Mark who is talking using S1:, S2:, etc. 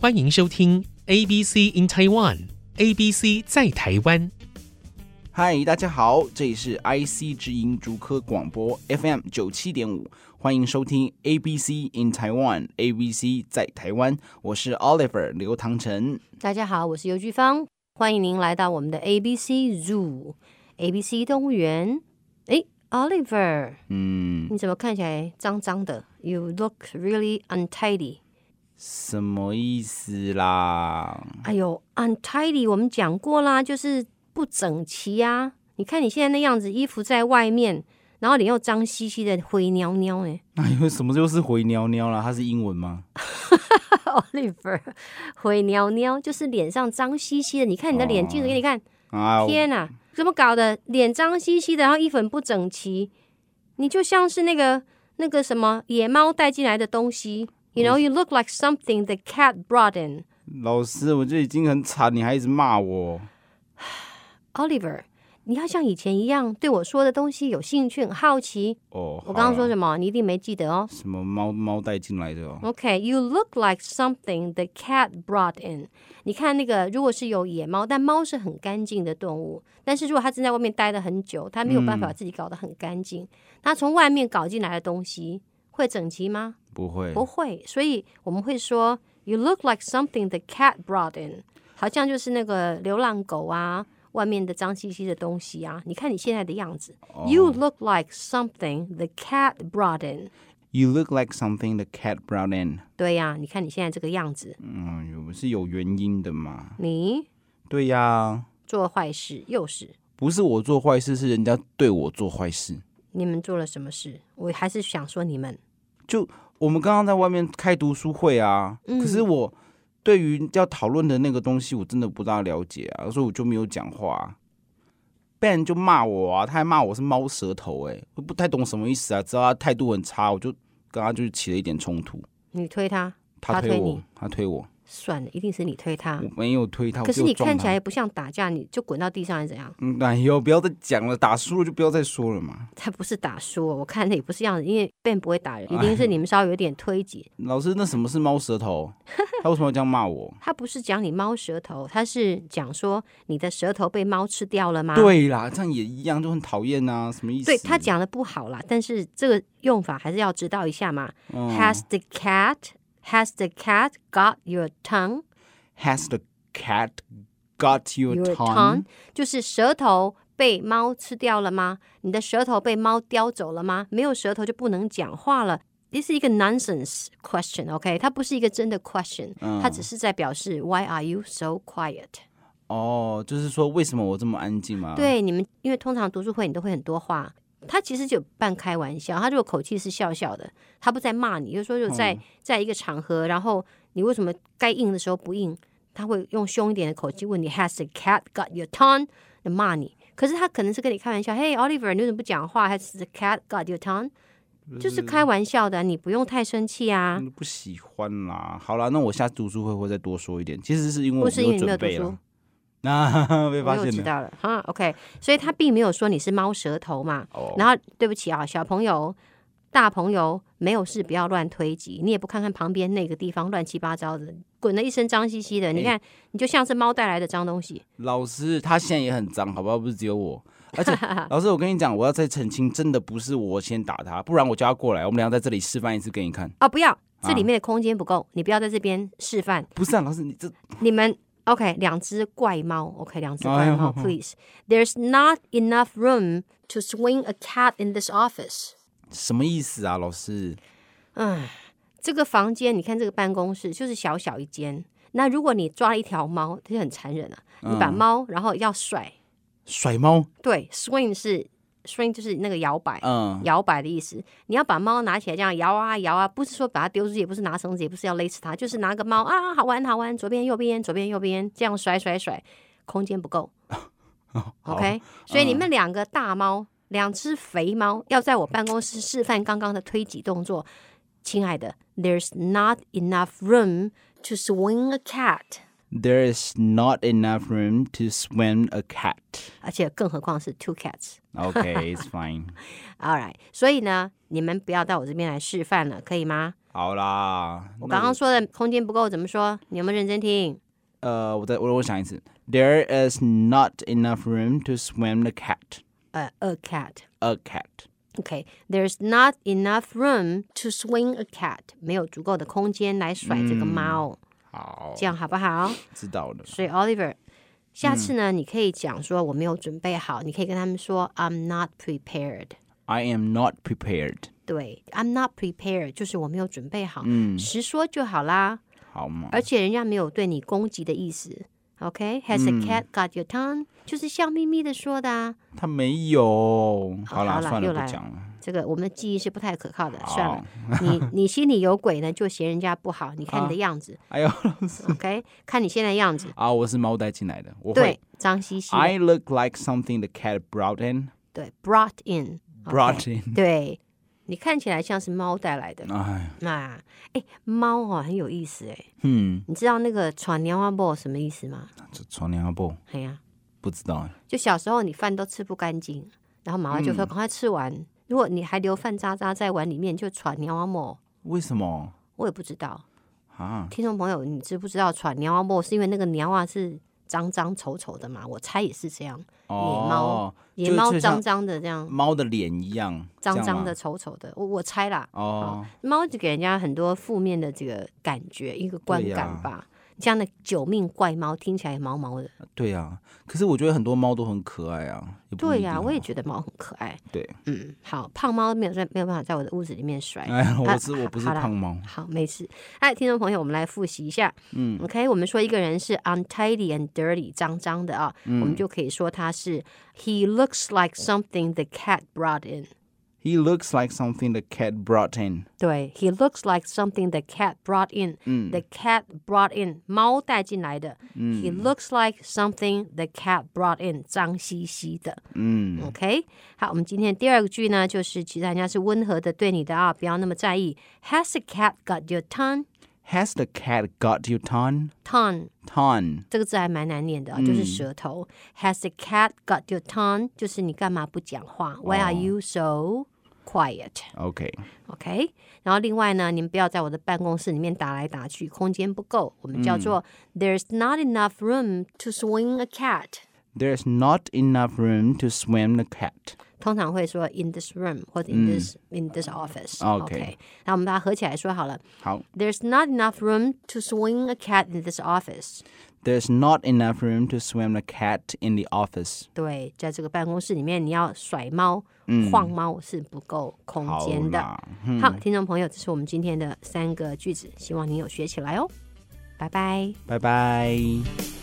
S1: 欢迎收听 ABC in Taiwan ABC 在台湾。
S2: 嗨，大家好，这里是 IC 之音竹科广播 FM 九七点五，欢迎收听 ABC in Taiwan ABC 在台湾，我是 Oliver 刘唐晨。
S3: 大家好，我是尤菊芳，欢迎您来到我们的 ABC Zoo ABC 动物园。诶 o l i v e r
S2: 嗯，
S3: 你怎么看起来脏脏的？You look really untidy。
S2: 什么意思啦？
S3: 哎呦，untidy 我们讲过啦，就是不整齐呀、啊。你看你现在那样子，衣服在外面，然后脸又脏兮兮的，灰蔫蔫哎。
S2: 哎呦，什么就是回喵喵啦？它是英文吗？
S3: Oliver，灰蔫蔫就是脸上脏兮兮的。你看你的脸镜子给你看，
S2: 啊，我
S3: 天呐，怎么搞的？脸脏兮兮的，然后衣粉不整齐，你就像是那个那个什么野猫带进来的东西。You know, you look like something the cat brought in.
S2: 老师，我就已经很惨，你还一直骂我。
S3: Oliver，你要像以前一样对我说的东西有兴趣、很好奇。
S2: 哦，
S3: 我刚刚说
S2: 什
S3: 什么，你一定没记得哦。
S2: 什么猫猫带进来的哦？
S3: OK, you look like something the cat brought in. 你看那个，如果是有野猫，但猫是很干净的动物，但是如果它正在外面待了很久，它没有办法把自己搞得很干净，它从外面搞进来的东西会整齐吗？
S2: 不会，
S3: 不会，所以我们会说 you look like something the cat brought in，好像就是那个流浪狗啊，外面的脏兮兮的东西啊。你看你现在的样子、y o u look like something the cat brought in。
S2: You look like something the cat brought in。
S3: 对呀、你看你现在这个样子，
S2: 嗯，我是有原因的嘛。
S3: 你
S2: 对呀、
S3: 做坏事又是。
S2: 不是我做坏事，是人家对我做坏事。
S3: 你们做了什么事？我还是想说你们
S2: 就我们刚刚在外面开读书会啊，
S3: 嗯
S2: 可是我对于要讨论的那个东西，我真的不大了解啊，所以我就没有讲话、啊。Ben 就骂我啊，他还骂我是猫舌头、欸，我不太懂什么意思啊，知道他态度很差，我就跟他就起了一点冲突。
S3: 你推他，
S2: 他
S3: 他
S2: 推
S3: 推
S2: 我
S3: 你，
S2: 他推我，
S3: 算了，一定是你推他。
S2: 我没有推他，
S3: 可是
S2: 我只
S3: 你
S2: 有撞
S3: 看起
S2: 他
S3: 来也不像打架，你就滚到地上还是怎样？
S2: 嗯，哎呦，不要再讲了，打输了就不要再说了嘛。
S3: 他不是打输，哦我看那也不是这样子，因为 Ben 不会打人，一定
S2: 哎
S3: 是你们稍微有点推挤。
S2: 老师，那什么是猫舌头？他为什么要这样骂我？
S3: 他不是讲你猫舌头，他是讲说你的舌头被猫吃掉了吗？，
S2: 对啦，这样也一样，就很讨厌啊，什么意思？
S3: 啊对他讲的不好啦，但是这个用法还是要知道一下嘛。Has
S2: 嗯
S3: the cat Has the cat got your tongue？
S2: Has the cat got your,
S3: Your
S2: tongue？
S3: tongue 就是舌头被猫吃掉了吗？你的舌头被猫叼走了吗？没有舌头就不能讲话了。这是一个 nonsense question，OK？、它不是一个真的 question，、它只是在表示 Why are you so quiet？、
S2: 哦，就是说为什么我这么安静嘛？，
S3: 对你们，因为通常读书会你都会很多话，他其实就半开玩笑，他如果口气是笑笑的，他不在骂你，就是说就
S2: 嗯
S3: 在、在一个场合，然后你为什么该应的时候不应，他会用凶一点的口气问你 Has the cat got your tongue？地骂你，可是他可能是跟你开玩笑，Hey Oliver，你为什么不讲话？Has the cat got your tongue？就是
S2: 呃
S3: 开玩笑的，你不用太生气啊。
S2: 嗯不喜欢啦。好啦，那我下次读书会会再多说一点。其实是因为
S3: 不
S2: 我
S3: 是因为你没
S2: 准
S3: 有读
S2: 备
S3: 书
S2: 了，，那 被
S3: 我
S2: 发
S3: 又知
S2: 现了。
S3: 道了哈。OK，所以他并没有说你是猫舌头嘛。
S2: 哦，
S3: 然后对不起啊，小朋友、大朋友没有事不要乱推挤，你也不看看旁边那个地方乱七八糟的，滚了一身脏兮兮的。你
S2: 哎
S3: 看，你就像是猫带来的脏东西。
S2: 老师他现在也很脏，好不好？不是只有我。而 且老师，我跟你讲，我要再澄清，真的不是我先打他，不然我叫他过来，我们俩在这里示范一次给你看。
S3: 哦，不要，这
S2: 啊
S3: 里面的空间不够，你不要在这边示范。
S2: 不是啊，老师，你这
S3: 你们 OK，两只怪猫，OK，两只
S2: 哎
S3: 怪
S2: 呦
S3: 猫，please。There's not enough room to swing a cat in this office。
S2: 什么意思啊，老师？
S3: 唉，这个房间，你看这个办公室就是小小一间。那如果你抓了一条猫，这就很残忍啊！你把猫，然后要甩，
S2: 甩猫？
S3: 对，swing 是 swing 就是那个摇摆，
S2: 嗯，
S3: 摇摆的意思。你要把猫拿起来这样摇啊摇啊，不是说把它丢出去，也不是拿绳子，也不是要勒死它，就是拿个猫啊，好玩好玩，左边右边左边右边这样甩甩甩，空间不够。OK，所以你们两个大猫，两只肥猫要在我办公室示范刚刚的推挤动作，亲爱的，There's not enough room to swing a cat。
S2: There is not enough room to swim a cat.
S3: 而且，更何况是 two cats。
S2: Okay, it's fine.
S3: All right，所以呢，你们不要到我这边来示范了，可以吗
S2: 好啦，
S3: 我
S2: 那
S3: 刚刚说的空间不够怎么说？你有没有认真听？
S2: 呃，我再我我想一次，There is not enough room to swim the cat.
S3: 呃，a cat。
S2: A cat.
S3: OK，there's、not enough room to swing a cat，没有足够的空间来甩这个猫，
S2: 好，
S3: 这样好不好？
S2: 知道了。
S3: 所以 Oliver，下次呢，你可以讲说我没有准备好，你可以跟他们说 I'm not prepared。
S2: I am not prepared.
S3: 对，I'm not prepared，就是我没有准备好，实说就嗯好啦。
S2: 好嘛，
S3: 而且人家没有对你攻击的意思。OK，has、a cat got your tongue？就是笑眯眯的说的啊。
S2: 他没有。好啦，
S3: 好啦
S2: 算了，
S3: 又
S2: 不
S3: 来了
S2: 讲了。
S3: 这个我们的记忆是不太可靠的，算了。 你你心里有鬼呢，就嫌人家不好。你看你的样子、
S2: 哎呦
S3: o k 看你现在的样子，
S2: 啊，我是猫带进来的，我会
S3: 对。，脏兮兮的。
S2: I look like something the cat brought in.
S3: 对，brought in，
S2: 嗯 Brought in.
S3: 对你看起来像是猫带来的。
S2: 哎，
S3: 那哎，猫哦很有意思哎，
S2: 嗯，
S3: 你知道那个喘尿啊不什么意思吗？
S2: 这床帘不
S3: 哎呀、
S2: 不知道哎。
S3: 就小时候你饭都吃不干净，然后妈妈就
S2: 嗯
S3: 说赶快吃完，如果你还留饭渣渣在碗里面，就喘尿啊沫。
S2: 为什么
S3: 我也不知道，
S2: 啊？
S3: 听众朋友，你知不知道喘尿啊沫是因为那个尿啊是脏脏丑丑的嘛？我猜也是这样，
S2: 哦，
S3: 野
S2: 就
S3: 猫
S2: 就像
S3: 脏脏的这样，
S2: 猫的脸一样，
S3: 脏
S2: 这样
S3: 脏
S2: 吗
S3: 的丑丑的，我我猜啦。
S2: 哦。
S3: 猫就给人家很多负面的这个感觉，一个观
S2: 对呀
S3: 感吧。这样的九命怪猫听起来毛毛的，
S2: 对呀、可是我觉得很多猫都很可爱啊。也不一
S3: 对
S2: 定
S3: 呀、
S2: 哦
S3: 我也觉得猫很可爱。
S2: 对。
S3: 嗯，好，胖猫没有在没有办法在我的屋子里面甩。
S2: 哎呀，我
S3: 啊
S2: 是我不是
S3: 好啦
S2: 胖猫，
S3: 好，没事。哎，听众朋友，我们来复习一下。嗯，OK，我们说一个人是 untidy and dirty，脏脏的啊，我们就可以说他是 He looks like something the cat brought in。
S2: He looks like something the cat brought in.
S3: 对，He looks like something the cat brought in。t h e cat brought in，猫带进来的。He looks like something the cat brought in，脏兮兮的。
S2: 嗯
S3: OK，好，我们今天第二个句呢，就是其实人家是温和的对你的啊，不要那么在意。Has the cat got your tongue?
S2: ，Has the cat got you ton
S3: Tongue
S2: ton？
S3: 这个字还蛮难念的啊，就是舌头。Has the cat got your tongue？就是你干嘛不讲话？Why are you so quiet？
S2: OK，
S3: OK，然后另外呢，你们不要在我的办公室里面打来打去，空间不够，我们叫做、There's not enough room to swing a cat。
S2: there's not enough room to swim the cat.
S3: 通常会说 in this room 或者 in this、in this office。
S2: OK
S3: 那我们把它合起来说好了。
S2: 好
S3: ，There's not enough room to swing a cat in this office。
S2: There's not enough room to swim the cat in the office.
S3: 对，在这个办公室里面，你要甩猫、晃猫是不够空
S2: 嗯好
S3: 间的。
S2: 啦，嗯
S3: 好，听众朋友，这是我们今天的三个句子，希望你有学起来哦。拜拜。
S2: 拜拜。